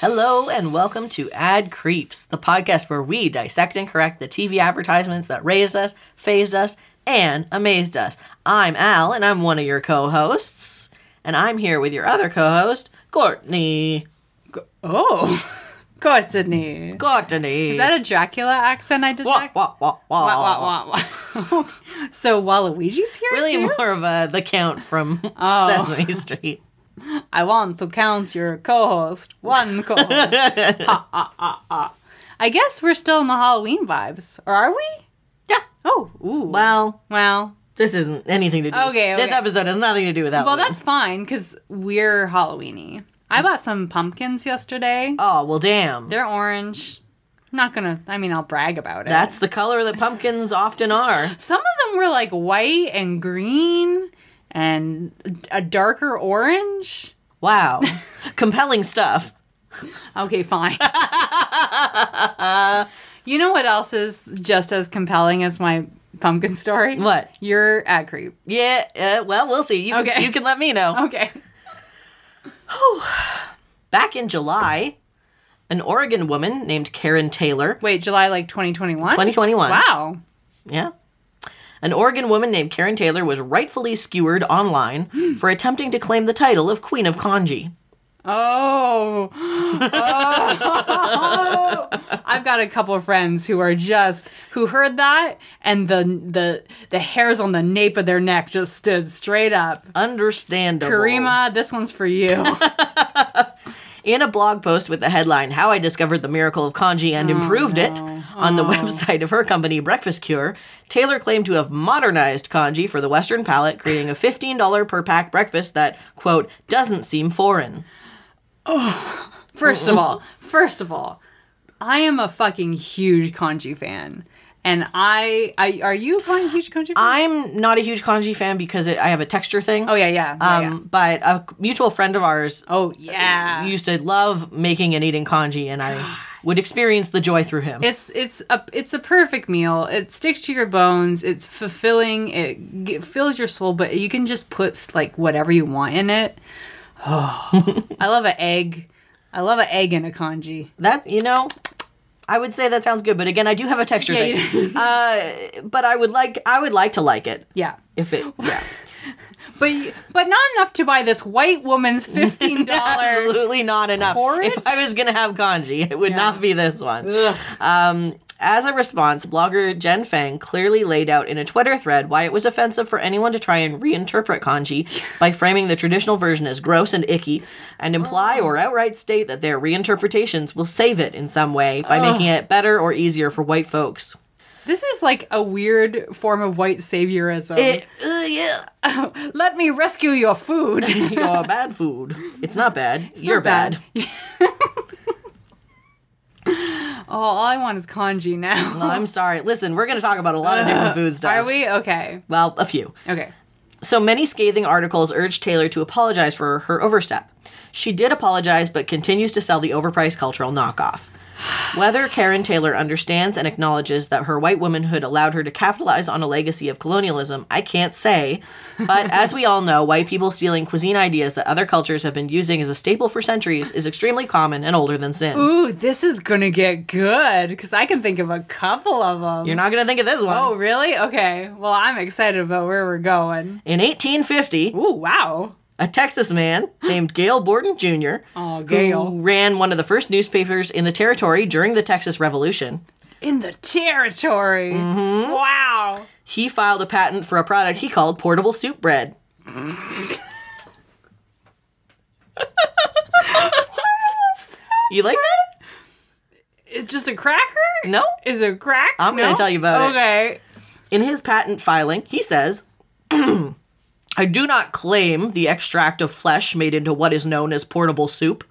Hello and welcome to Ad Creeps, the podcast where we dissect and correct the TV advertisements that raised us, phased us, and amazed us. I'm Al, and I'm one of your co-hosts, and I'm here with your other co-host, Courtney. Oh, God, Sydney. Courtney. Is that a Dracula accent I wah, detect? wah, wah, wah. Wah, wah, wah, wah. so Waluigi's here Really too? more of a the count from Oh. Sesame Street. I want to count your co-host. One co-host. ha, ha, ha, ha. I guess we're still in the Halloween vibes. Or are we? Yeah. Oh, ooh. Well, Well, this isn't anything to do. Okay, This okay. episode has nothing to do with that. well one. that's fine because we're Halloweeny. I bought some pumpkins yesterday. Oh well, damn. They're orange. Not gonna. I mean, I'll brag about it. That's the color that pumpkins often are. Some of them were like white and green and a darker orange. Wow. Compelling stuff. Okay, fine. you know what else is just as compelling as my pumpkin story? What? Your ad creep. Yeah, uh, well, we'll see. You can, Okay. Oh. you can let me know. Okay. Back in July, an Oregon woman named Karen Taylor, Wait, July like 2021? 2021. Wow. Yeah. An Oregon woman named Karen Taylor was rightfully skewered online for attempting to claim the title of Queen of Kanji. Oh. Oh. I've got a couple of friends who are just who heard that and the the the hairs on the nape of their neck just stood straight up. Understandable. Karima, this one's for you. In a blog post with the headline, How I Discovered the Miracle of Kanji and Oh, Improved It, on the website of her company, Breakfast Cure, Taylor claimed to have modernized kanji for the Western palate, creating a $15 per pack breakfast that, quote, doesn't seem foreign. First of all, first of all, I am a fucking huge kanji fan, and I, I are you a con- huge kanji fan? I'm not a huge kanji fan because it, I have a texture thing. oh yeah, yeah, yeah, Um, yeah. But a mutual friend of ours Oh yeah, used to love making and eating kanji, and I would experience the joy through him. it's it's a it's a perfect meal. It sticks to your bones. It's fulfilling. It g- fills your soul, but you can just put s- like whatever you want in it. Oh, I love an egg. I love an egg in a kanji. That you know, I would say that sounds good, but again, I do have a texture Yeah, thing. uh, but I would like, I would like to like it Yeah, if it. Yeah, but y- but not enough to buy this white woman's fifteen dollars. absolutely not enough. Porridge? If I was gonna have kanji, it would not be this one. Ugh. Um, as a response, blogger Jen Fang clearly laid out in a Twitter thread why it was offensive for anyone to try and reinterpret kanji by framing the traditional version as gross and icky and imply Oh. or outright state that their reinterpretations will save it in some way by making it better or easier for white folks. This is like a weird form of white saviorism. It, uh, yeah. Let me rescue your food. You're bad food. It's not bad. You're not bad. bad. oh, all I want is kanji now. Well, I'm sorry. Listen, we're going to talk about a lot of different food stuff. Are we okay? Well, a few. Okay. So many scathing articles urged Taylor to apologize for her overstep. She did apologize, but continues to sell the overpriced cultural knockoff. Whether Karen Taylor understands and acknowledges that her white womanhood allowed her to capitalize on a legacy of colonialism, I can't say. But as we all know, white people stealing cuisine ideas that other cultures have been using as a staple for centuries is extremely common and older than sin. Ooh, this is gonna get good because I can think of a couple of them. You're not going to think of this one. oh, really? Okay. Well, I'm excited about where we're going. In 1850, Ooh, wow. a Texas man named Gail Borden Jr., Oh, Gail. who ran one of the first newspapers in the territory during the Texas Revolution, In the territory. Mm-hmm. Wow. he filed a patent for a product he called portable soup bread. you like that? It's just a cracker? No? Is it crack? I'm gonna No? tell you about it. Okay. In his patent filing, he says, I do not claim the extract of flesh made into what is known as portable soup,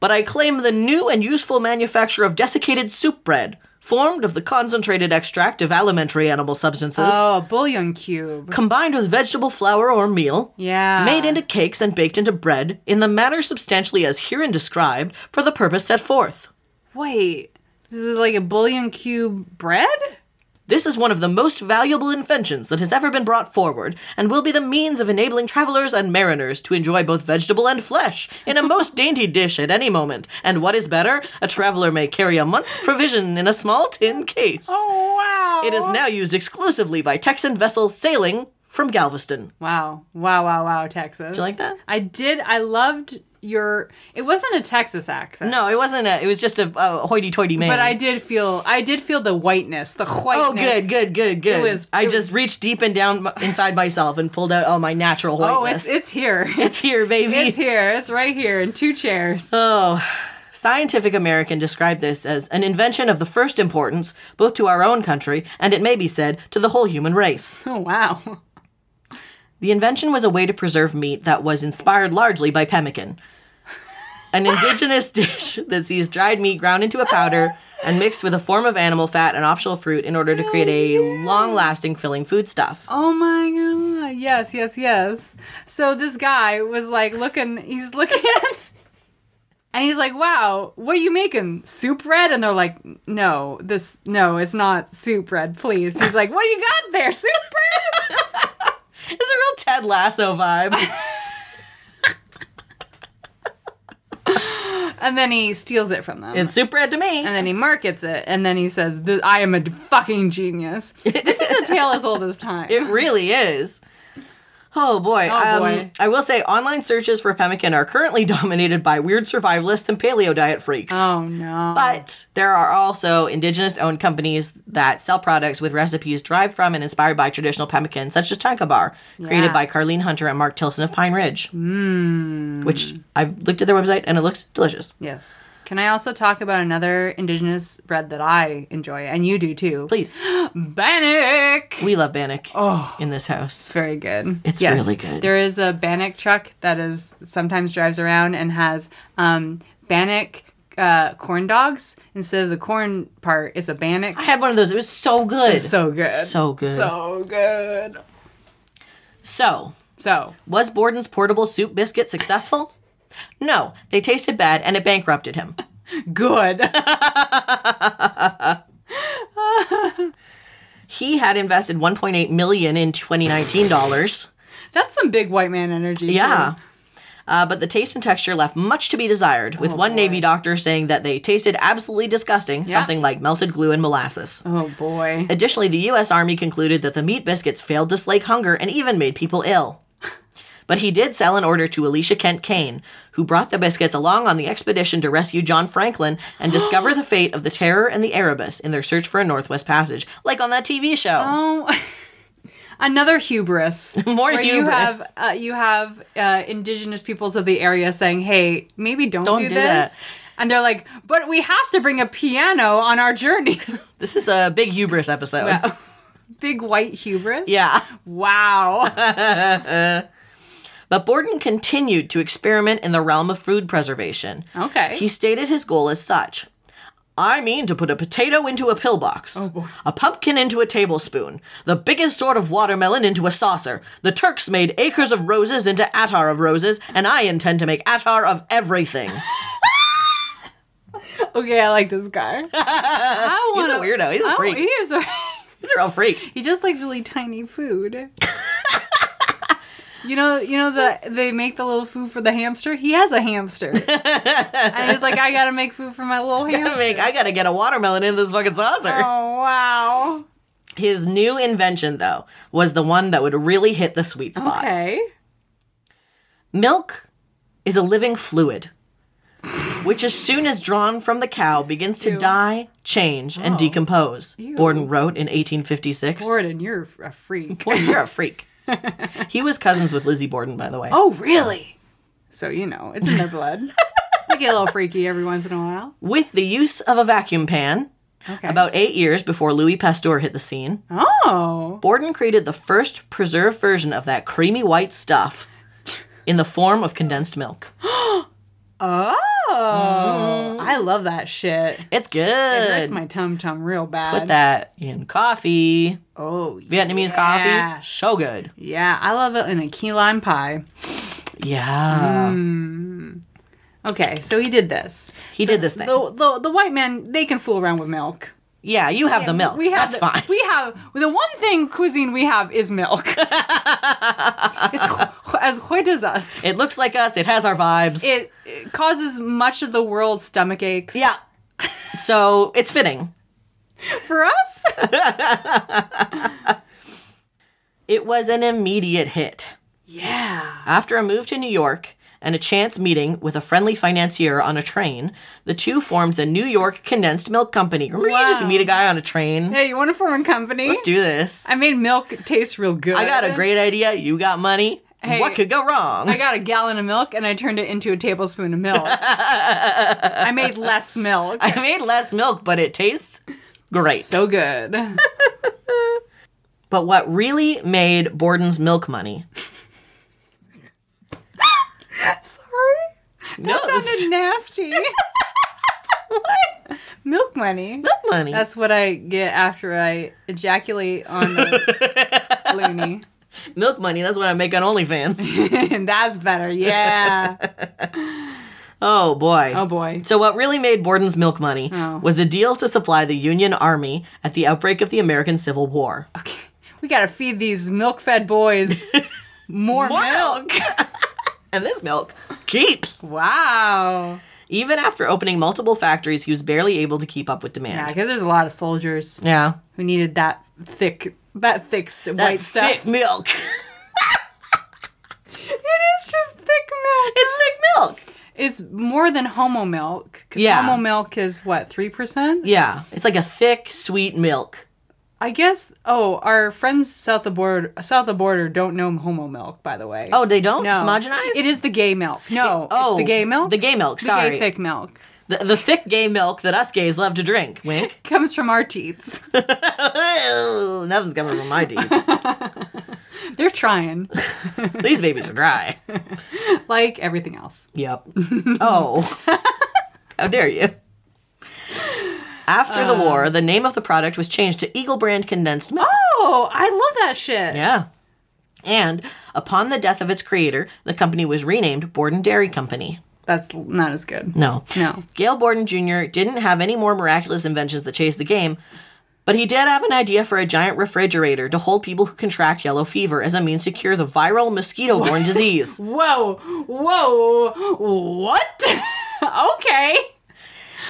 but I claim the new and useful manufacture of desiccated soup bread, formed of the concentrated extract of alimentary animal substances, Oh, a bouillon cube. combined with vegetable flour or meal, Yeah. made into cakes and baked into bread, in the manner substantially as herein described, for the purpose set forth. Wait, this is like a bouillon cube bread? This is one of the most valuable inventions that has ever been brought forward, and will be the means of enabling travelers and mariners to enjoy both vegetable and flesh in a most dainty dish at any moment. And what is better, a traveler may carry a month's provision in a small tin case. Oh, Wow. It is now used exclusively by Texan vessels sailing from Galveston. Wow. Wow, wow, wow, Texas. Did you like that? I did. I loved your it wasn't a Texas accent. No, it wasn't a. It was just a, a hoity-toity man. But I did feel I did feel the whiteness, the whiteness. Oh, good, good, good, good. was- I it just reached deep and down m- inside myself and pulled out all my natural whiteness. Oh, it's it's here. It's here, baby. It's here. It's right here in two chairs. Scientific American described this as an invention of the first importance, both to our own country and, it may be said, to the whole human race. Oh, wow. The invention was a way to preserve meat that was inspired largely by pemmican, an indigenous dish that sees dried meat ground into a powder and mixed with a form of animal fat and optional fruit in order to create a long lasting filling foodstuff. Oh my god. Yes, yes, yes. So this guy was like looking, he's looking and he's like, "Wow, what are you making? Soup bread?" And they're like, "No, this no, it's not soup bread, please." He's like, "What do you got there? Soup bread?" It's a real Ted Lasso vibe. And then he steals it from them. it's super red to me. and then he markets it and then he says, "Th- "I am a d- fucking genius." This is a tale as old as time. It really is. Oh boy. Oh, boy. Um, I will say online searches for pemmican are currently dominated by weird survivalists and paleo diet freaks. oh no. But there are also indigenous owned companies that sell products with recipes derived from and inspired by traditional pemmican, such as Tanka Bar, Yeah. created by Carlene Hunter and Mark Tilson of Pine Ridge. Mm. Mmm. Which I looked at their website and it looks delicious. Yes. Can I also talk about another indigenous bread that I enjoy and you do too? Please. Bannock. We love Bannock Oh. in this It's house. very good. It's really good. There is a Bannock truck that is sometimes drives around and has um, Bannock uh, corn dogs instead of the corn part. It's a Bannock. I had one of those. It was so good. So good. So good. So good. so So Was Borden's portable soup biscuit successful? No, they tasted bad and it bankrupted him. good. He had invested 1.8 million in 2019 dollars. That's some big white man energy. too. Yeah. Uh, but the taste and texture left much to be desired, with one Navy doctor saying that they tasted absolutely disgusting, something like melted glue and molasses. Oh boy. Additionally, the U.S. Army concluded that the meat biscuits failed to slake hunger and even made people ill. But he did sell an order to Alicia Kent Kane, who brought the biscuits along on the expedition to rescue John Franklin and discover the fate of the Terror and the Erebus in their search for a Northwest Passage, like on that TV show. Oh, another hubris. More where You hubris. have uh, you have uh, indigenous peoples of the area saying, "Hey, maybe don't, Don't do do this." that. And they're like, "But we have to bring a piano on our journey." This is a big hubris episode. Wow. Big white hubris. Yeah. Wow. But Borden continued to experiment in the realm of food preservation. Okay. He stated his goal as such I mean to put a potato into a pillbox, Oh, a pumpkin into a tablespoon, the biggest sort of watermelon into a saucer. The Turks made acres of roses into attar of roses, and I intend to make attar of everything. okay, I like this guy. I He's a wanna, weirdo. He's a Oh, freak. He is. A, He's a real freak. he just likes really tiny food. You know, you know the they make the little food for the hamster. He has a hamster, and he's like, "I gotta make food for my little I, hamster." make, I gotta get a watermelon into this fucking saucer. Oh wow. His new invention, though, was the one that would really hit the sweet spot. Okay. Milk is a living fluid, which, as soon as drawn from the cow, begins to die, change, and decompose. Borden wrote in 1856. Gordon, you're a freak. Boy, you're a freak. he was cousins with Lizzie Borden, by the way. oh really? So you know, it's in their blood. they get a little freaky every once in a while. With the use of a vacuum pan, Okay. about eight years before Louis Pasteur hit the scene, Oh. Borden created the first preserved version of that creamy white stuff in the form of condensed milk. Oh. I love that shit. It's good. That's my tum tum real bad. Put that in coffee. Oh Vietnamese Yeah. coffee. So good. yeah, I love it in a key lime pie. Yeah. Okay, so he did this. He did this thing. Mm. The, the the white man they can fool around with milk. Yeah, you have the milk. We have That's the- fine. We have the one thing cuisine we have is milk. it's as white as us. it looks like us. It has our vibes. It, it causes much of the world's stomach aches. yeah. so it's fitting. For us? It was an immediate hit. yeah. After a move to New York and a chance meeting with a friendly financier on a train, the two formed the New York Condensed Milk Company. Remember, you just Wow. meet a guy on a train. Hey, you want to form a company? Let's do this. I made milk taste real good. I got a great idea. You got money. Hey. what could go wrong? I got a gallon of milk and I turned it into a tablespoon of milk. I made less milk. I made less milk, but it tastes great. So good. but what really made Borden's milk money? Sorry. No, That sounded it's nasty. Milk money. milk money. That's what I get after I ejaculate on the loony. milk money. That's what I make on OnlyFans. That's better. Yeah. oh boy. Oh boy. So what really made Borden's milk money Oh. was a deal to supply the Union Army at the outbreak of the American Civil War. Okay. We gotta feed these milk-fed boys more, More milk. milk. and this milk keeps. Wow. Even after opening multiple factories, he was barely able to keep up with Yeah, demand. because there's a lot of soldiers Yeah. who needed that thick, that thick st- That white stuff. thick milk. It is just thick milk. it's thick milk. It's more than homo milk. Because Yeah. homo milk is what, 3%? Yeah, it's like a thick, sweet milk. I guess, oh, our friends south of, border, south of border don't know homo milk, by the way. Oh, they don't no. homogenize? It is the gay milk. No. oh, it's the gay milk? the gay milk, The sorry. gay thick milk. The, the thick gay milk that us gays love to drink. Wink. Comes from our teats. Ew, Oh, Nothing's coming from my teeth. They're trying, These babies are dry. like everything else. Yep. Oh. How dare you? After the Uh. war, the name of the product was changed to Eagle Brand Condensed Milk. Oh, I love that shit. Yeah. And upon the death of its creator, the company was renamed Borden Dairy Company. That's l- not as good. No. No. Gail Borden Jr. didn't have any more miraculous inventions that changed the game, but he did have an idea for a giant refrigerator to hold people who contract yellow fever as a means to cure the viral mosquito borne disease. Whoa, whoa, what? okay.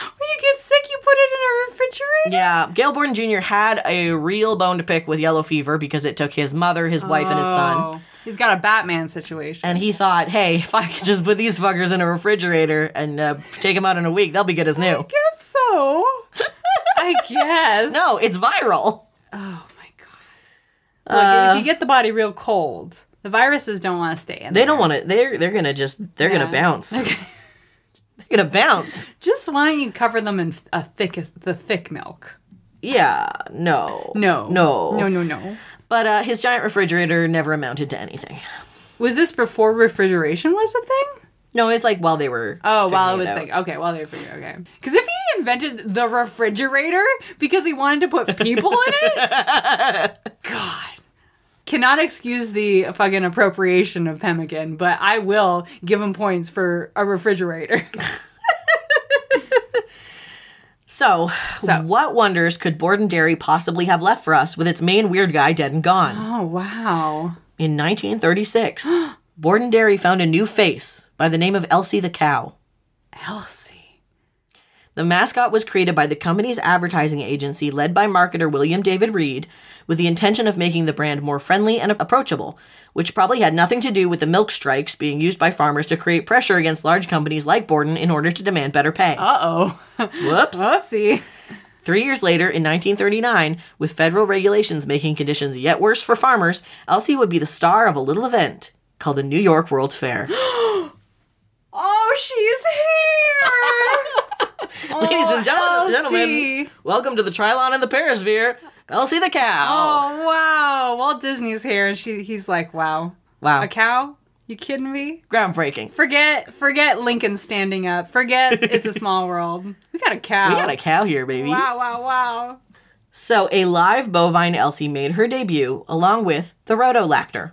When you get sick, you put it in a refrigerator? Yeah, Gail Borden Jr. had a real bone to pick with yellow fever because it took his mother, his wife, and his son. Oh, He's got a Batman situation. And he thought, hey, if I could just put these fuckers in a refrigerator and uh, take them out in a week, they'll be good as Oh new. guess so. I guess. No, it's viral. Oh my god. Look, if you get the body real cold, the viruses don't want to stay in They there. don't want to. They're they're gonna just they're Yeah. gonna bounce. they're gonna bounce. Just why don't you cover them in a thick the thick milk? Yeah, no. No. No. No, no, no. But uh, his giant refrigerator never amounted to anything. Was this before refrigeration was a thing? No, it's like while they were. Oh, while I figuring was out. thinking. Okay, while they were figuring. Okay, because if he invented the refrigerator because he wanted to put people in it, God, cannot excuse the fucking appropriation of pemmican, but I will give him points for a refrigerator. So, So. what wonders could Borden Dairy possibly have left for us with its main weird guy dead and gone? Oh wow, In 1936, Borden Dairy found a new face by the name of Elsie the Cow. Elsie. The mascot was created by the company's advertising agency, led by marketer William David Reed, with the intention of making the brand more friendly and approachable, which probably had nothing to do with the milk strikes being used by farmers to create pressure against large companies like Borden in order to demand better pay. Uh oh. Whoops. Whoopsie. Three years later, in 1939, with federal regulations making conditions yet worse for farmers, Elsie would be the star of a little event called the New York World's Fair. Oh, she's here. Ladies and gen- Oh, Elsie. gentlemen, welcome to the Trilon and the Perisphere, Elsie the Cow. Oh wow! Walt Disney's here, and she—he's like, "Wow, Wow. a cow? You kidding me? Groundbreaking. Forget, forget Lincoln standing up. Forget it's a small world. We got a cow. We got a cow here, baby. wow, wow, wow. So, a live bovine Elsie made her debut along with the Rotolactor,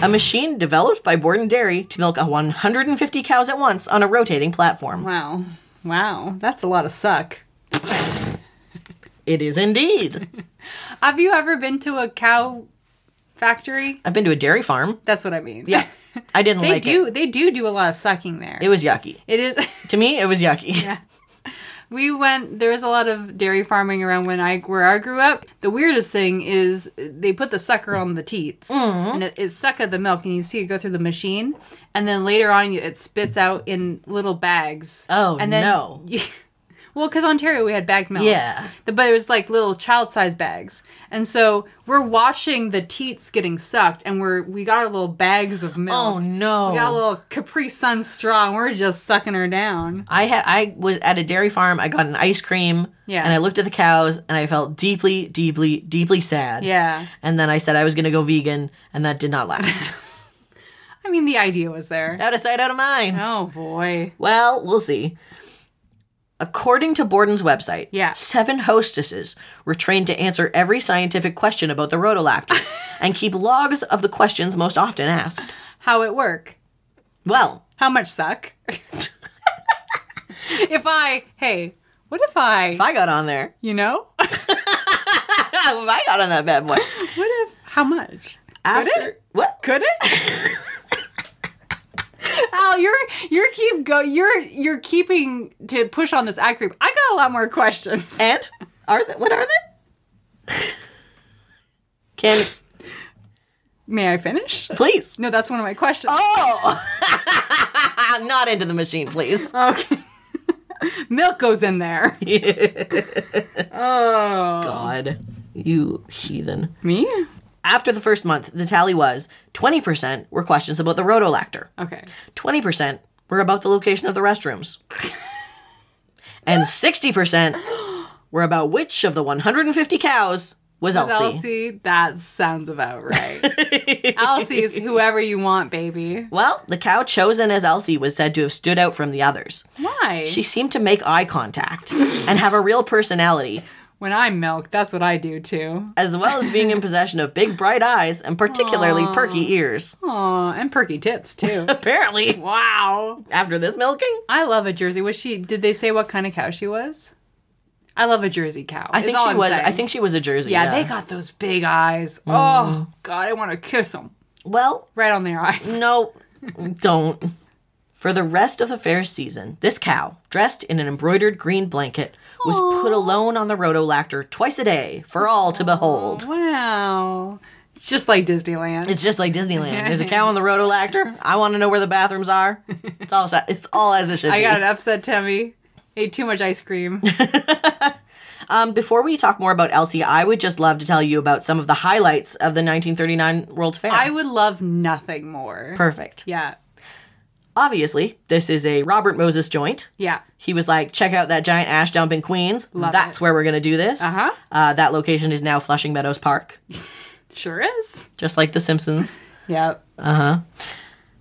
a machine developed by Borden Dairy to milk a 150 cows at once on a rotating platform. Wow, wow. That's a lot of suck. It is indeed. Have you ever been to a cow factory? I've been to a dairy farm. That's what I mean. Yeah. I didn't they like do. it. They do do a lot of sucking there. It was yucky. it is. To me, it was yucky. we went there was a lot of dairy farming around when i where i grew up the weirdest thing is they put the sucker on the teats Mm-hmm. and it, it suck at the milk and you see it go through the machine and then later on you- it spits out in little bags Oh, and then no. you- well because ontario we had bagged milk Yeah. The- but it was like little child-sized bags and so we're watching the teats getting sucked and we're we got our little bags of milk Oh we got no. a little Capri Sun straw, and we're just sucking her down. I had I was at a dairy farm. I got an ice cream. Yeah. And I looked at the cows and I felt deeply, deeply, deeply sad. Yeah. And then I said I was going to go vegan, and that did not last. I mean, the idea was there. out of sight, out of mind. Oh boy. Well, we'll see. According to Borden's website, Yeah. seven hostesses were trained to answer every scientific question about the rotolactor and keep logs of the questions most often asked. How it work? Well, How much suck? if I, hey, what if I, if I got on there, you know? if I got on that bad boy, What if, how much? after what? Could it? Al, you're you're keep go you're you're keeping to push on this ad creep. I got a lot more questions. And are they, what are they? Can May I finish? please? No, that's one of my questions. Oh, not into the machine, please. Okay. Milk goes in there. oh. God, you heathen. Me? After the first month, the tally was 20% were questions about the rotolactor, Okay. 20% were about the location of the restrooms, and 60% were about which of the 150 cows was Elsie. Elsie, that sounds about right. Elsie is whoever you want, baby. Well, the cow chosen as Elsie was said to have stood out from the others. Why? She seemed to make eye contact and have a real personality, when I milk, that's what I do too. as well as being in possession of big bright eyes and particularly perky ears. Aw, and perky tits too. Apparently, wow. after this milking, I love a Jersey. Was she? Did they say what kind of cow she was? I love a Jersey cow. I think she was. I think she was a Jersey. Yeah, they got those big eyes. Oh Mm. God, I want to kiss them well, right on their eyes. no, don't. For the rest of the fair season, this cow, dressed in an embroidered green blanket, was put alone on the rotolactor twice a day for all to behold. Wow. It's just like Disneyland. Mm. It's just like Disneyland. There's a cow on the rotolactor. I want to know where the bathrooms are. It's all it's all as it should I be. got an upset tummy. Ate too much ice cream. Um, before we talk more about Elsie, I would just love to tell you about some of the highlights of the 1939 World's Fair. I would love nothing more. Perfect. yeah. Obviously, this is a Robert Moses joint. Yeah. He was like, check out that giant ash dump in Queens. That's where we're going to do this. Uh-huh. Uh, that location is now Flushing Meadows Park, Sure is. just like The Simpsons. Yeah.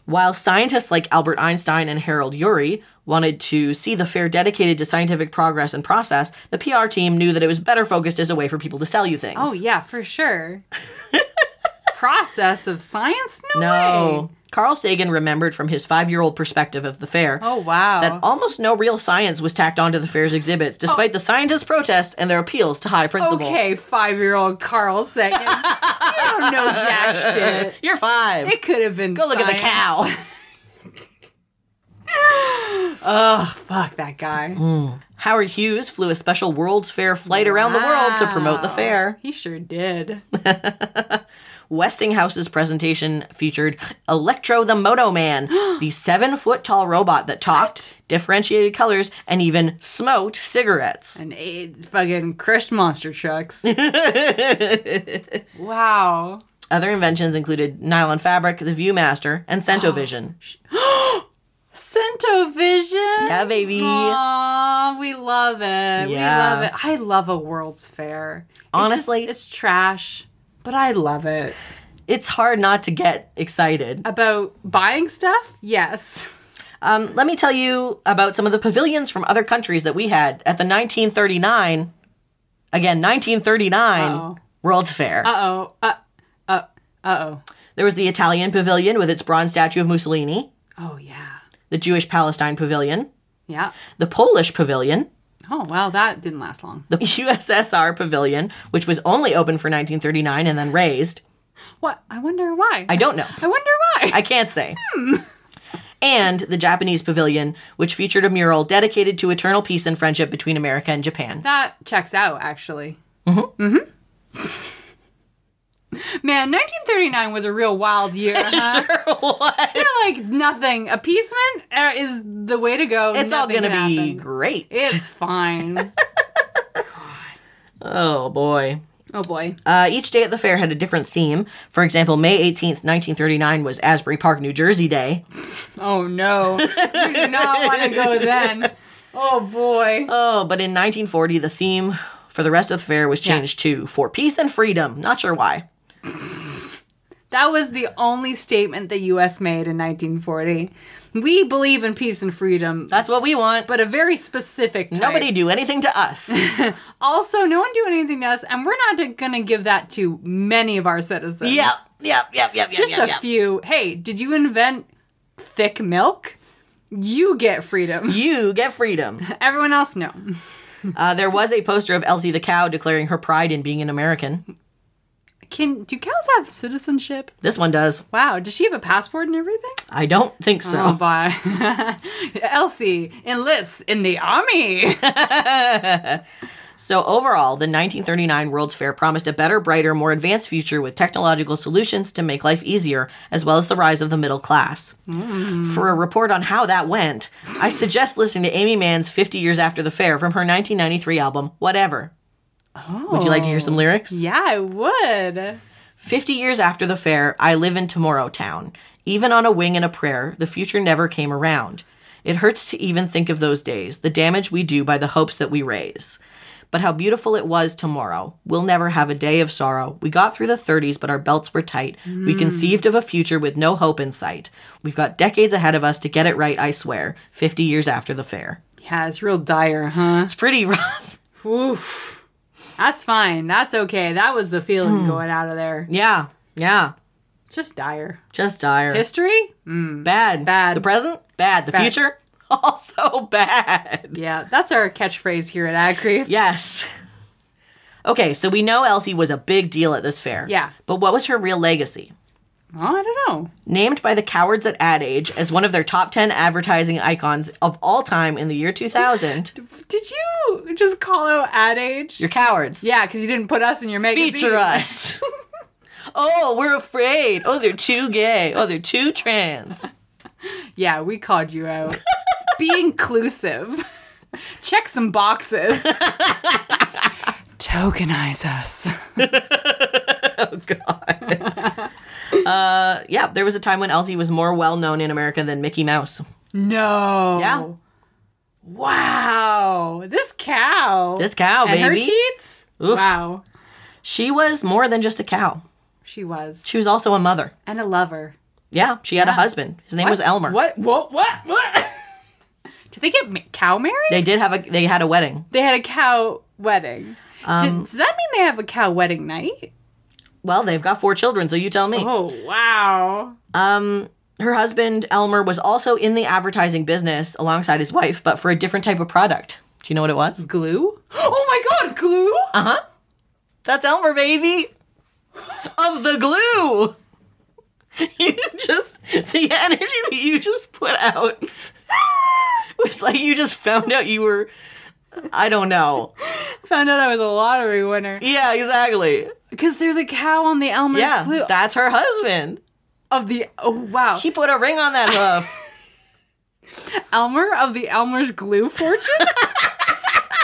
While scientists like Albert Einstein and Harold Urey wanted to see the fair dedicated to scientific progress and process, the PR team knew that it was better focused as a way for people to sell you things. Oh yeah, for sure. Process of science? No, way. No. Carl Sagan remembered from his five year old perspective of the fair Oh wow. that almost no real science was tacked onto the fair's exhibits, despite the scientists' protests and their appeals to high principle. Oh. okay, five year old Carl Sagan. you don't know jack shit. You're five. It could have been Go look at the cow. science. Oh fuck that guy. Mm. Howard Hughes flew a special World's Fair flight around the world to promote the Wow. fair. He sure did. Westinghouse's presentation featured Electro the Moto Man, the seven foot tall robot that talked, differentiated colors, and even smoked cigarettes. And eight fucking crushed monster trucks. wow. Other inventions included nylon fabric, the Viewmaster, and Centovision. Centovision. Yeah, baby. Aw, we love it. Yeah. We love it. I love a World's Fair. It's just- Honestly. it's trash, but I love it. It's hard not to get excited. About buying stuff? Yes. Um, let me tell you about some of the pavilions from other countries that we had at the 1939, again, 1939 Uh-oh. World's Fair. Uh oh. Uh uh uh oh. There was the Italian pavilion with its bronze statue of Mussolini, Oh yeah. the Jewish Palestine pavilion, Yeah. the Polish pavilion, Oh, wow, that didn't last long. The USSR Pavilion, which was only open for 1939 and then razed. What? I wonder why. I don't know. I wonder why. I can't say. Hmm. And the Japanese Pavilion, which featured a mural dedicated to eternal peace and friendship between America and Japan. that checks out, actually. Mm-hmm. Mm-hmm. Man, 1939 was a real wild year. Huh? What? They're like nothing. Appeasement uh, is the way to go. It's all Nothing going to can be happen. great. It's fine. oh, boy. oh boy. Uh, each day at the fair had a different theme. For example, May 18th, 1939 was Asbury Park, New Jersey Day. Oh no. You do not want to go then. Oh boy. Oh, but in 1940, the theme for the rest of the fair was changed to For Peace and Freedom. Not sure why. That was the only statement the US made in 1940. We believe in peace and freedom, That's what we want. But but a very specific type. nobody do anything to us. Also, no one do anything to us, and we're not going to give that to many of our citizens. yep, yep, yep, yep, Just yep, yep, a yep. few. Hey, did you invent thick milk? You get freedom. You get freedom. Everyone else, no. Uh, there was a poster of Elsie the cow declaring her pride in being an American. Can do cows have citizenship? This one does. Wow, does she have a passport and everything? I don't think Oh, so. bye. Elsie enlists in the army. So overall, the 1939 World's Fair promised a better, brighter, more advanced future with technological solutions to make life easier, as well as the rise of the middle class. For a report on how that went, I suggest listening to Amy Mann's 50 Years After the Fair from her 1993 album, Whatever. Would you like to hear some lyrics? yeah, I would. 50 years after the fair, I live in Tomorrow Town. Even on a wing and a prayer, the future never came around. It hurts to even think of those days, the damage we do by the hopes that we raise. But how beautiful it was tomorrow. We'll never have a day of sorrow. We got through the 30s, but our belts were tight. We conceived of a future with no hope in sight. We've got decades ahead of us to get it right, I swear. 50 years after the fair. Yeah, it's real dire, huh? It's pretty rough. Oof. That's fine. That's okay. That was the feeling Hmm. going out of there. Yeah, yeah. Just dire. Just dire. History? Mm, bad. Bad. The present? Bad. The future? Also bad. Yeah, that's our catchphrase here at Agri. Yes. Okay, so we know Elsie was a big deal at this fair. Yeah. But what was her real legacy? Oh, I don't know. Named by the cowards at Ad Age as one of their top 10 advertising icons of all time in the year 2000, Did you just call out ad age? you're cowards. yeah, because you didn't put us in your magazine. Feature us. oh, we're afraid. Oh, they're too gay. Oh, they're too trans. Yeah, we called you out. Be inclusive. Check some boxes. Tokenize us. Yeah, there was a time when Elsie was more well known in America than Mickey Mouse. No. Yeah. Wow. This cow. This cow, and baby. her teats. Wow. She was more than just a cow. She was. She was also a mother. And a lover. Yeah, she had a husband. His name was Elmer. What? What? What? What? Did they get ma- cow married? They did have a they had a wedding. They had a cow wedding. Um, Did, does that mean they have a cow wedding night? Well, they've got four children, so you tell me. Oh wow! Her husband, Elmer, was also in the advertising business alongside his wife, but for a different type of product. Do you know what it was? Uh-huh. Glue? Oh my god, glue! Uh. That's Elmer, baby! Of the glue! You just, the energy that you just put out was like you just found out you were, I don't know. Found out I was a lottery winner Yeah, exactly. because there's a cow on the Elmer's Yeah, glue that's her husband. of the oh wow He put a ring on that hoof. Elmer of the Elmer's glue fortune.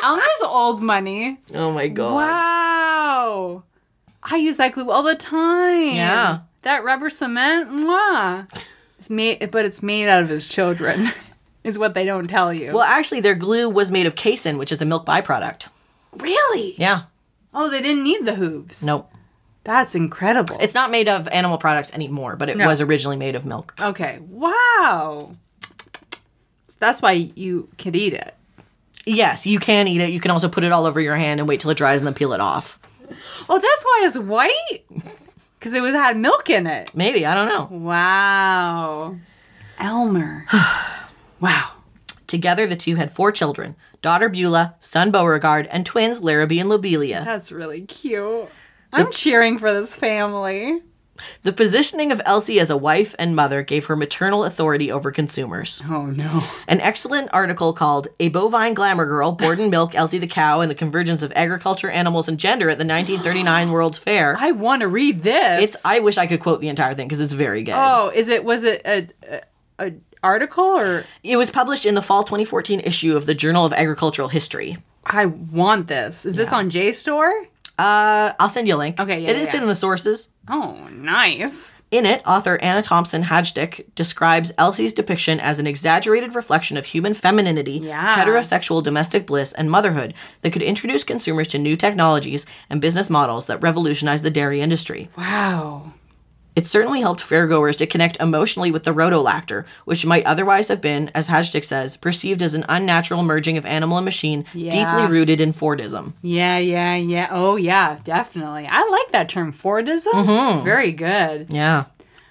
Elmer's old money. Oh my god. Wow! I use that glue all the time. Yeah. that rubber cement. Mwah. It's made, but it's made out of his children, is what they don't tell you. Well, actually, their glue was made of casein, which is a milk byproduct. Really? Yeah. Oh, they didn't need the hooves. Nope. That's incredible. It's not made of animal products anymore, but it No. was originally made of milk. okay. Wow. That's why you could eat it. Yes, you can eat it. You can also put it all over your hand and wait till it dries and then peel it off. Oh, that's why it's white? Because it was had milk in it. Maybe, I don't know. Wow. Elmer. wow. Together, the two had four children daughter Beulah, son Beauregard, and twins Larrabee and Lobelia. That's really cute. I'm cheering for this family. The positioning of Elsie as a wife and mother gave her maternal authority over consumers. Oh no. An excellent article called A Bovine Glamour Girl, Borden Milk, Elsie the Cow, and the Convergence of Agriculture, Animals, and Gender at the 1939 World's Fair. I want to read this. It's, I wish I could quote the entire thing because it's very good. oh, is it was it a, a, a article or It was published in the fall 2014 issue of the Journal of Agricultural History. I want this. Is this on JSTOR? Uh, I'll send you a link. Okay, yeah, It yeah, is yeah. in the sources. Oh, nice. In it, author Anna Thompson Hajdik describes Elsie's depiction as an exaggerated reflection of human femininity, Yeah. heterosexual domestic bliss, and motherhood that could introduce consumers to new technologies and business models that revolutionized the dairy industry. Wow. It certainly helped fairgoers to connect emotionally with the rotolactor, which might otherwise have been, as Hajdik says, perceived as an unnatural merging of animal and machine deeply Yeah. rooted in Fordism. Yeah, yeah, yeah. Oh, yeah, definitely. I like that term, Fordism. Very good. Yeah.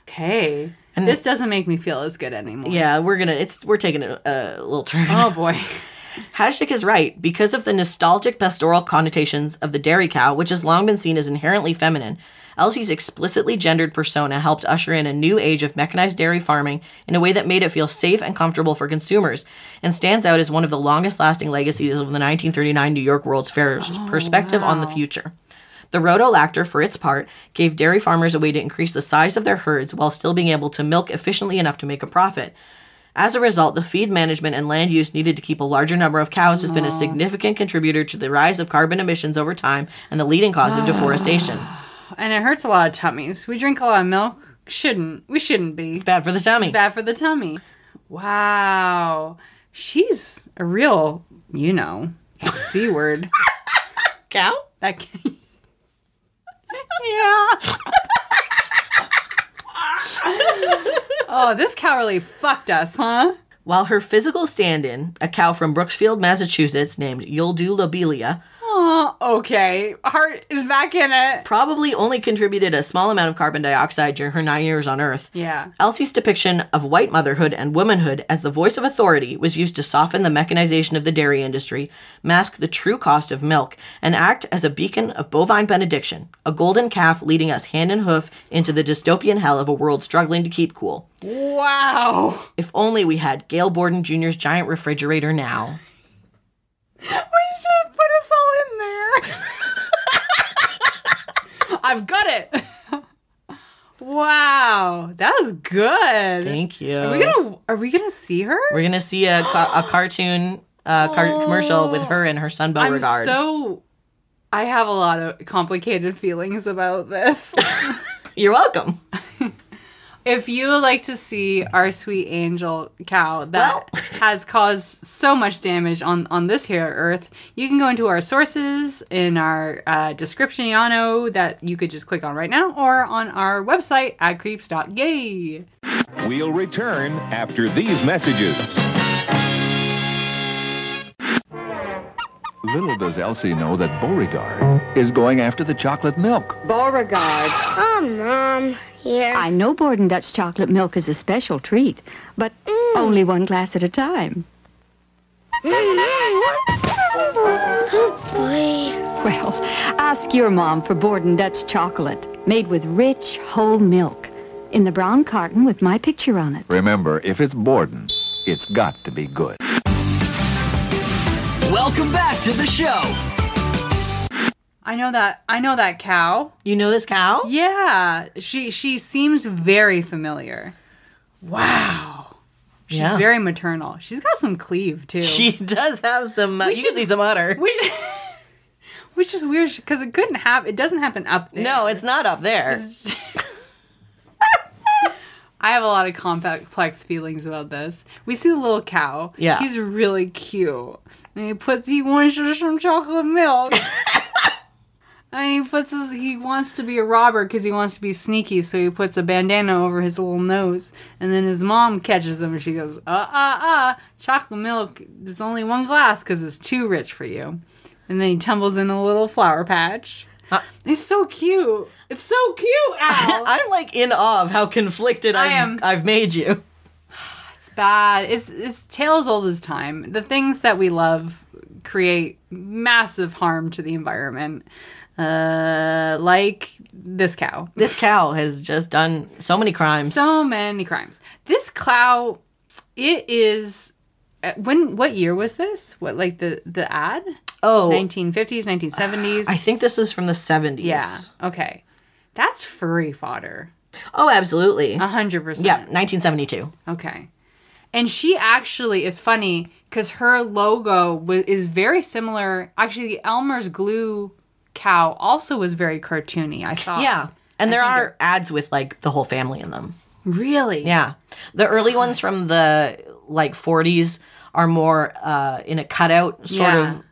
Okay. this doesn't make me feel as good anymore. Yeah, we're gonna it's we're taking a, a little turn. Oh, boy. Hajdik is right because of the nostalgic pastoral connotations of the dairy cow, which has long been seen as inherently feminine. Elsie's explicitly gendered persona helped usher in a new age of mechanized dairy farming in a way that made it feel safe and comfortable for consumers, and stands out as one of the longest lasting legacies of the 1939 New York World's Fair's perspective on the future. The rotolactor, for its part, gave dairy farmers a way to increase the size of their herds while still being able to milk efficiently enough to make a profit. As a result, the feed management and land use needed to keep a larger number of cows has been a significant contributor to the rise of carbon emissions over time and the leading cause of deforestation. and it hurts a lot of tummies. We drink a lot of milk. Shouldn't. We shouldn't be. Bad for the tummy. Bad for the tummy. Wow. She's a real, you know, C word. Cow? That can- Yeah. oh, this cow really fucked us, huh? While her physical stand in, a cow from Brooksfield, Massachusetts named Yuldu Lobelia, Oh, okay. Heart is back in it. probably only contributed a small amount of carbon dioxide during her nine years on Earth. Yeah. Elsie's depiction of white motherhood and womanhood as the voice of authority was used to soften the mechanization of the dairy industry, mask the true cost of milk, and act as a beacon of bovine benediction, a golden calf leading us hand and hoof into the dystopian hell of a world struggling to keep cool. Wow. If only we had Gail Borden Jr.'s giant refrigerator now. We should have put us all in there. I've got it. wow, that was good. Thank you. Are we gonna are we gonna see her? We're gonna see a, ca- a cartoon uh, car- commercial with her and her son I'm Beauregard. so I have a lot of complicated feelings about this. You're welcome. if you would like to see our sweet angel cow that Well- has caused so much damage on on this here earth you can go into our sources in our uh, description yano that you could just click on right now or on our website at creeps.gay We'll return after these messages. Little does Elsie know that Beauregard is going after the chocolate milk. Beauregard. Oh, Mom. Yeah. I know Borden Dutch chocolate milk is a special treat, but Mm. only one glass at a time. oh, boy. Well, ask your mom for Borden Dutch chocolate, made with rich, whole milk, in the brown carton with my picture on it. Remember, if it's Borden, it's got to be good. Welcome back to the show. i know that i know that cow You know this cow? yeah she she seems very familiar wow she's Yeah. very maternal she's got some cleave too She does have some. Uh, you can should- see some udder. which which is weird because it couldn't happen. It doesn't happen up there. No, it's not up there. I have a lot of complex feelings about this. We see the little cow. Yeah. he's really cute. And he puts he wants you some chocolate milk. And he puts his, he wants to be a robber because he wants to be sneaky, so he puts a bandana over his little nose. And then his mom catches him and she goes, uh, uh, uh, chocolate milk, there's only one glass because it's too rich for you. And then he tumbles in a little flower patch. it's so cute. It's so cute, Al. I'm like in awe of how conflicted I've, I am. have made you. bad. It's it's tale as old as time. The things that we love create massive harm to the environment. Uh, like this cow. This cow has just done so many crimes. So many crimes. This cow, it is. uh, When what year was this? What like the the ad? oh, 1950s, 1970s. I think this is from the 70s. yeah. Okay. That's furry fodder. Oh, absolutely. A hundred percent. yeah, 1972. Okay. And she actually is funny because her logo wa is very similar. Actually, the Elmer's glue cow also was very cartoony. I thought. Yeah. And there are ads with like the whole family in them. Really. Yeah. The early ones from the like 40s are more uh, in a cutout sort Yeah. of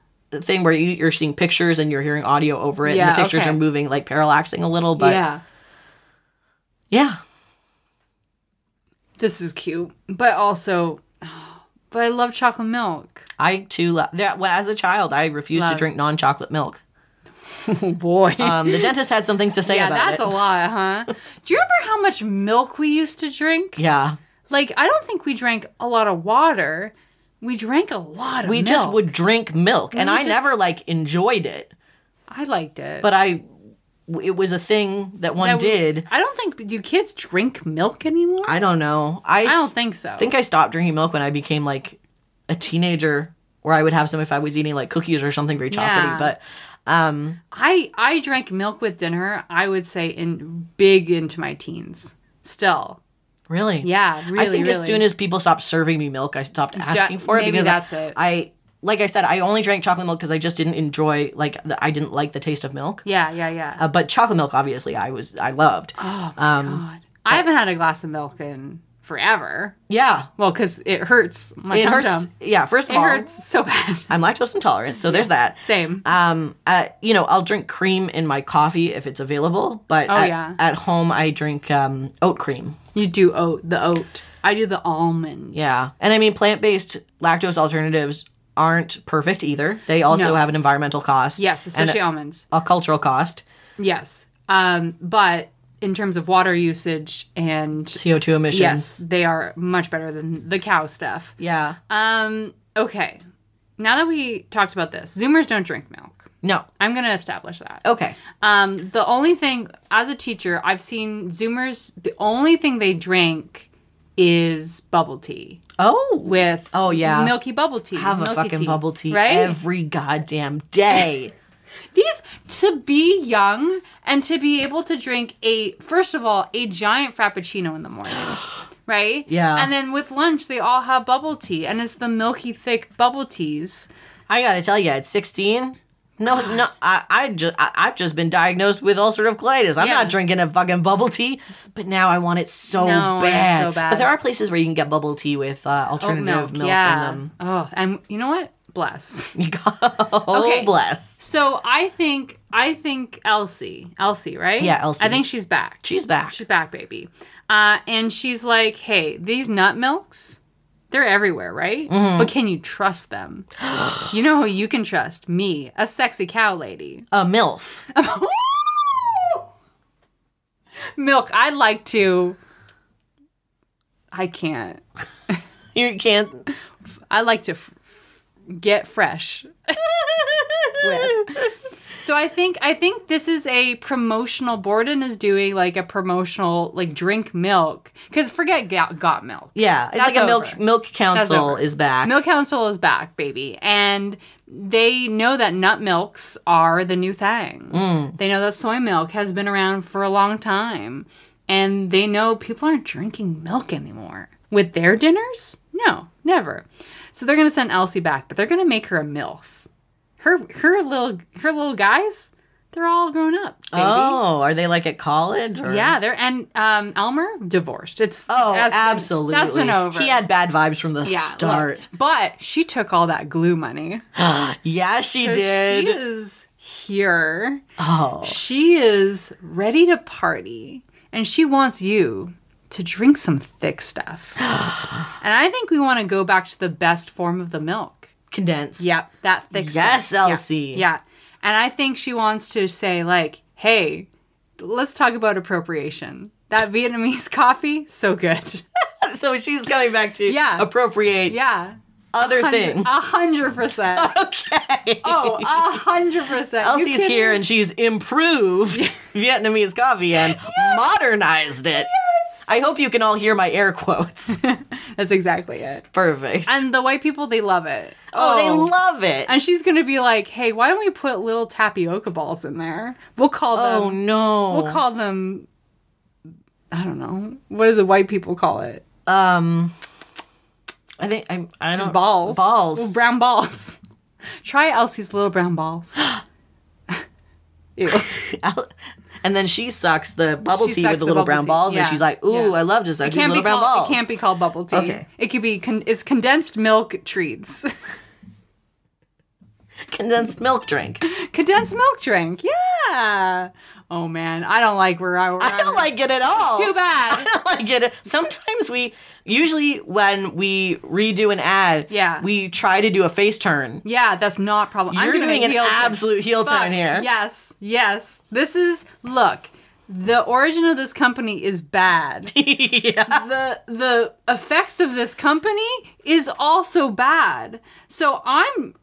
thing where you, you're seeing pictures and you're hearing audio over it Yeah, and the pictures okay. are moving like parallaxing a little but yeah. yeah. yeah. This is cute, but also, but I love chocolate milk. I too love that when as a child I refused to Love. drink non-chocolate milk. Oh boy. Um, the dentist had some things to say yeah, about that's it. a lot, huh? Do you remember how much milk we used to drink? Yeah. Like, I don't think we drank a lot of water. We drank a lot of We just milk. would drink milk and We I just- never like enjoyed it, I liked it. but I it was a thing that one That we- did. I don't think do kids drink milk anymore? I, I don't know. I, s- don't think so. think I stopped drinking milk when I became like a teenager, where I would have some if I was eating like cookies or something very chocolatey. Yeah. But I I drank milk with dinner. I would say in big into my teens. Still, really, yeah, really. I think as really. soon as people stopped serving me milk, I stopped asking for it maybe because that's I, it. I like I said, I only drank chocolate milk because I just didn't enjoy like the, I didn't like the taste of milk. yeah, yeah, yeah. Uh, but chocolate milk, obviously, I was I loved. Ah, Um, God, I haven't had a glass of milk in forever. Yeah, Well, because it hurts my it tum hurts. tum. Yeah, first of It all, hurts so bad. I'm lactose intolerant, so there's that. Same. um uh, you know i'll drink cream in my coffee if it's available but Oh, at, yeah. at home i drink um oat cream you do oat the oat. I do the almond. yeah and i mean plant-based lactose alternatives aren't perfect either they also No. have an environmental cost Yes, and uh, especially almonds. a, a cultural cost Yes. Um, but in terms of water usage and co2 emissions Yes, they are much better than the cow stuff. yeah Um, okay. Now that we talked about this, Zoomers don't drink milk. no I'm going to establish that. okay Um, the only thing, as a teacher, I've seen Zoomers, the only thing they drink is bubble tea oh with Oh, yeah. milky bubble tea. have a milky fucking bubble tea Right? every goddamn day These, to be young and to be able to drink a, first of all, a giant Frappuccino in the morning. Right? Yeah. And then with lunch, they all have bubble tea, and it's the milky thick bubble teas. i gotta tell you at 16 no, no, I, I just, I, I've just been diagnosed with ulcerative colitis. I'm Yeah. not drinking a fucking bubble tea, but now I want it so, No, it's bad. so bad. But there are places where you can get bubble tea with uh, Oat alternative milk, milk, yeah. in them. Oh, and you know what? Bless. oh, Okay. bless. So I think I think Elsie, Elsie, right? Yeah, Elsie. I think she's back. She's back. She's back, baby. Uh, and she's like, "Hey, these nut milks, they're everywhere, right? But can you trust them? you know who you can trust? Me, a sexy cow lady. A MILF. Milk. I like to. I can't. You can't. I like to f- f- get fresh. with. So I think I think this is a promotional. Borden is doing like a promotional like drink milk because forget got, got milk. Yeah, it's That's like a milk over. milk council over. is back. Milk Council is back, baby, and they know that nut milks are the new thing. Mm. They know that soy milk has been around for a long time, and they know people aren't drinking milk anymore with their dinners. No, never. So they're gonna send Elsie back, but they're gonna make her a milf. Her her little her little guys, they're all grown up, baby. oh, are they like at college? Or? Yeah, they're and um, Elmer divorced. It's Oh, that's been- absolutely. that's been over. He had bad vibes from the Yeah, look, start. but she took all that glue money. Yeah, she So did. She is here. Oh. She is ready to party and she wants you to drink some thick stuff. and I think we want to go back to the best form of the milk. Condensed. Yep, that thick stuff. Yes, Yeah, Elsie. Yeah. And I think she wants to say like, "Hey, let's talk about appropriation. That Vietnamese coffee, so good." so she's coming back to Yeah. appropriate Yeah. Uh, other things. A hundred percent. Okay. Oh, a hundred percent. You Elsie's couldn't- here and she's improved Vietnamese coffee and modernized it. I hope you can all hear my air quotes. That's exactly it. Perfect. And the white people, they love it. oh, they love it. And she's gonna be like, "Hey, why don't we put little tapioca balls in there? We'll call oh them. no. Um, We'll call them. I don't know. What do the white people call it? um I think I'm I don't Balls. Uh, Balls. Well, brown balls. Try Elsie's little brown balls. Ew. and then she sucks the bubble She tea sucks with the the little bubble brown tea, balls and yeah, she's like, "Ooh, yeah. I love to suck It these can't little be brown called. balls." It can't be called bubble tea. Okay. It could be. Con- it's condensed milk treats. condensed milk drink. Mm. condensed milk drink. Yeah. Oh man, I don't like where I. Where I don't like it at all. Too bad. I don't like it. Sometimes we, usually when we redo an ad, Yeah. we try to do a face turn. Yeah, that's not problem. I'm You're doing, doing a an heel turn. absolute heel Fuck, turn here. Yes, yes. This is look. The origin of this company is bad. yeah. the the effects of this company is also bad. So I'm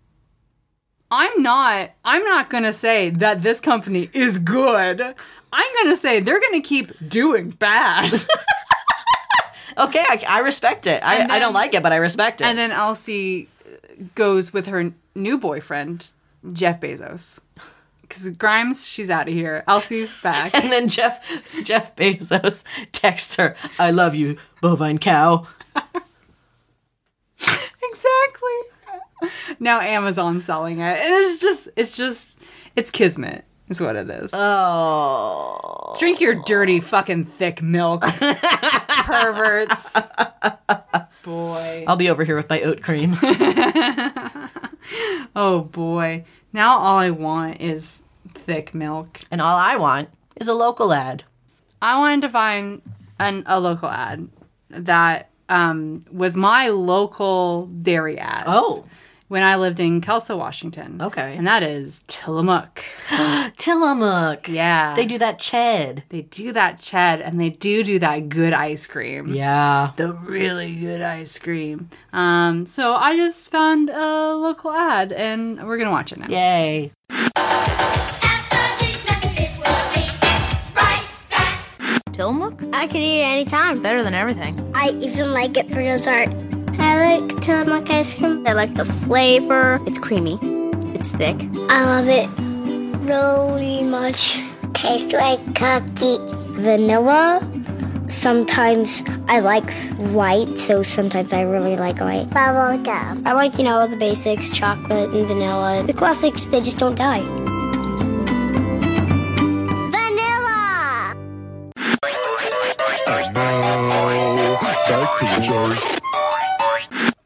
I'm not I'm not going to say that this company is good. I'm going to say they're going to keep doing bad. Okay, I, I respect it. I, And I don't then- like it, but I respect it. and then Elsie goes with her new boyfriend, Jeff Bezos. Cuz Grimes, she's out of here. Elsie's back. And then Jeff Jeff Bezos texts her, "I love you, bovine cow." exactly. Now Amazon's selling it. And it's just it's just it's kismet is what it is. Oh, Drink your dirty fucking thick milk. Perverts. boy. I'll be over here with my oat cream. Oh boy. Now all I want is thick milk. and all I want is a local ad. I wanted to find an, a local ad that um, was my local dairy ad. Oh. When I lived in Kelso, Washington. Okay. And that is Tillamook. Tillamook. Yeah. They do that ched. They do that ched and they do do that good ice cream. Yeah. The really good ice cream. Um, so I just found a local ad and we're gonna watch it now. Yay. Tillamook? I could eat it anytime. Better than everything. I even like it for dessert. I like Tillamook ice cream. I like the flavor. It's creamy. It's thick. I love it really much. Tastes like cookie. Vanilla. Sometimes I like white, so sometimes I really like white. Bubble gum. I like, you know, the basics, chocolate and vanilla. The classics, they just don't die. Vanilla!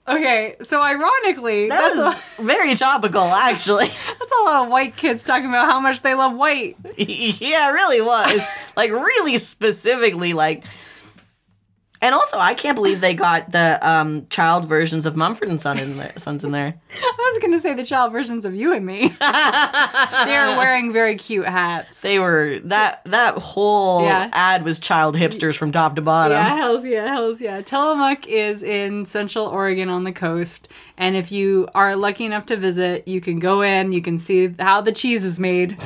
Okay, so ironically, That that's, was a, very topical, actually. that's a lot of white kids talking about how much they love white. yeah, it really was. like, really specifically, like. And also, I can't believe they got the um, child versions of Mumford and Son in there, Sons in there. I was gonna say the child versions of you and me. They're wearing very cute hats. They were that that whole Yeah. ad was child hipsters from top to bottom. Yeah, hells yeah, hells yeah. Tillamook is in central Oregon on the coast. And if you are lucky enough to visit, you can go in, you can see how the cheese is made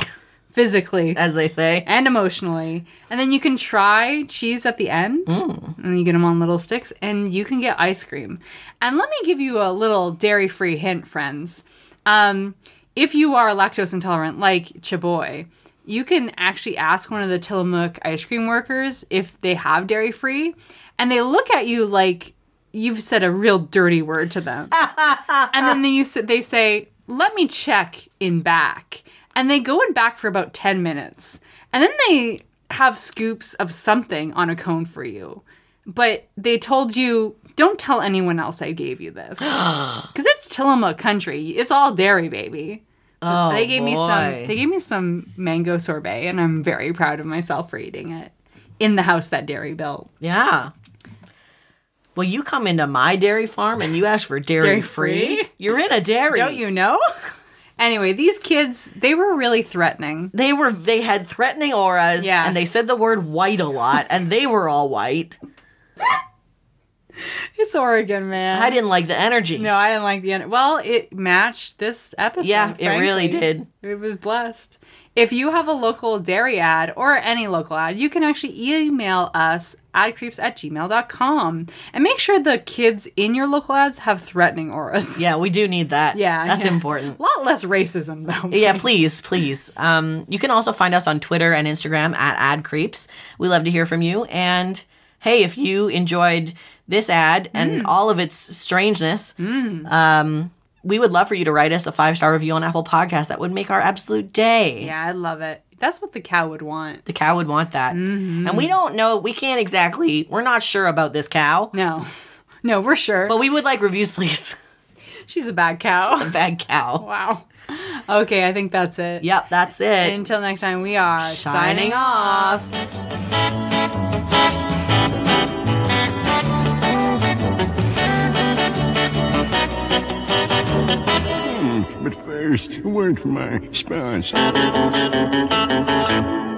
physically As they say, and emotionally. And then you can try cheese at the end. And you get them on little sticks and you can get ice cream. And let me give you a little dairy free hint, friends. Um, if you are lactose intolerant, like Chaboy, you can actually ask one of the Tillamook ice cream workers if they have dairy free. And they look at you like you've said a real dirty word to them. and then they, you, s- they say, let me check in back. And they go in back for about 10 minutes. And then they have scoops of something on a cone for you. But they told you, don't tell anyone else I gave you this. Because it's Tillamook country. It's all dairy, baby. Oh, they gave me boy. some they gave me some mango sorbet and I'm very proud of myself for eating it in the house that dairy built. yeah. Well, you come into my dairy farm and you ask for dairy, free. free? You're in a dairy. Don't you know? anyway, these kids, they were really threatening. They were they had threatening auras Yeah. and they said the word white a lot and they were all white. It's Oregon, man. I didn't like the energy. No, I didn't like the end. Well, it matched this episode. Yeah, it really frankly. did. It was blessed. If you have a local dairy ad or any local ad, you can actually email us adcreeps at gmail.com. And make sure the kids in your local ads have threatening auras. Yeah, we do need that. Yeah. That's yeah. important. A lot less racism, though. Yeah, please, please. Um, you can also find us on Twitter and Instagram at Ad Creeps. We love to hear from you. And hey, if you enjoyed this ad and all of its strangeness, um, we would love for you to write us a five star review on Apple Podcasts. That would make our absolute day. Yeah, I love it. That's what the cow would want. The cow would want that. And we don't know, we can't exactly, we're not sure about this cow, No. No, we're sure. but we would like reviews, please. She's a bad cow. Bad cow. wow. Okay, I think that's it. Yep, that's it. Until next time, we are signing off. But first, a word from our sponsor. Thank you.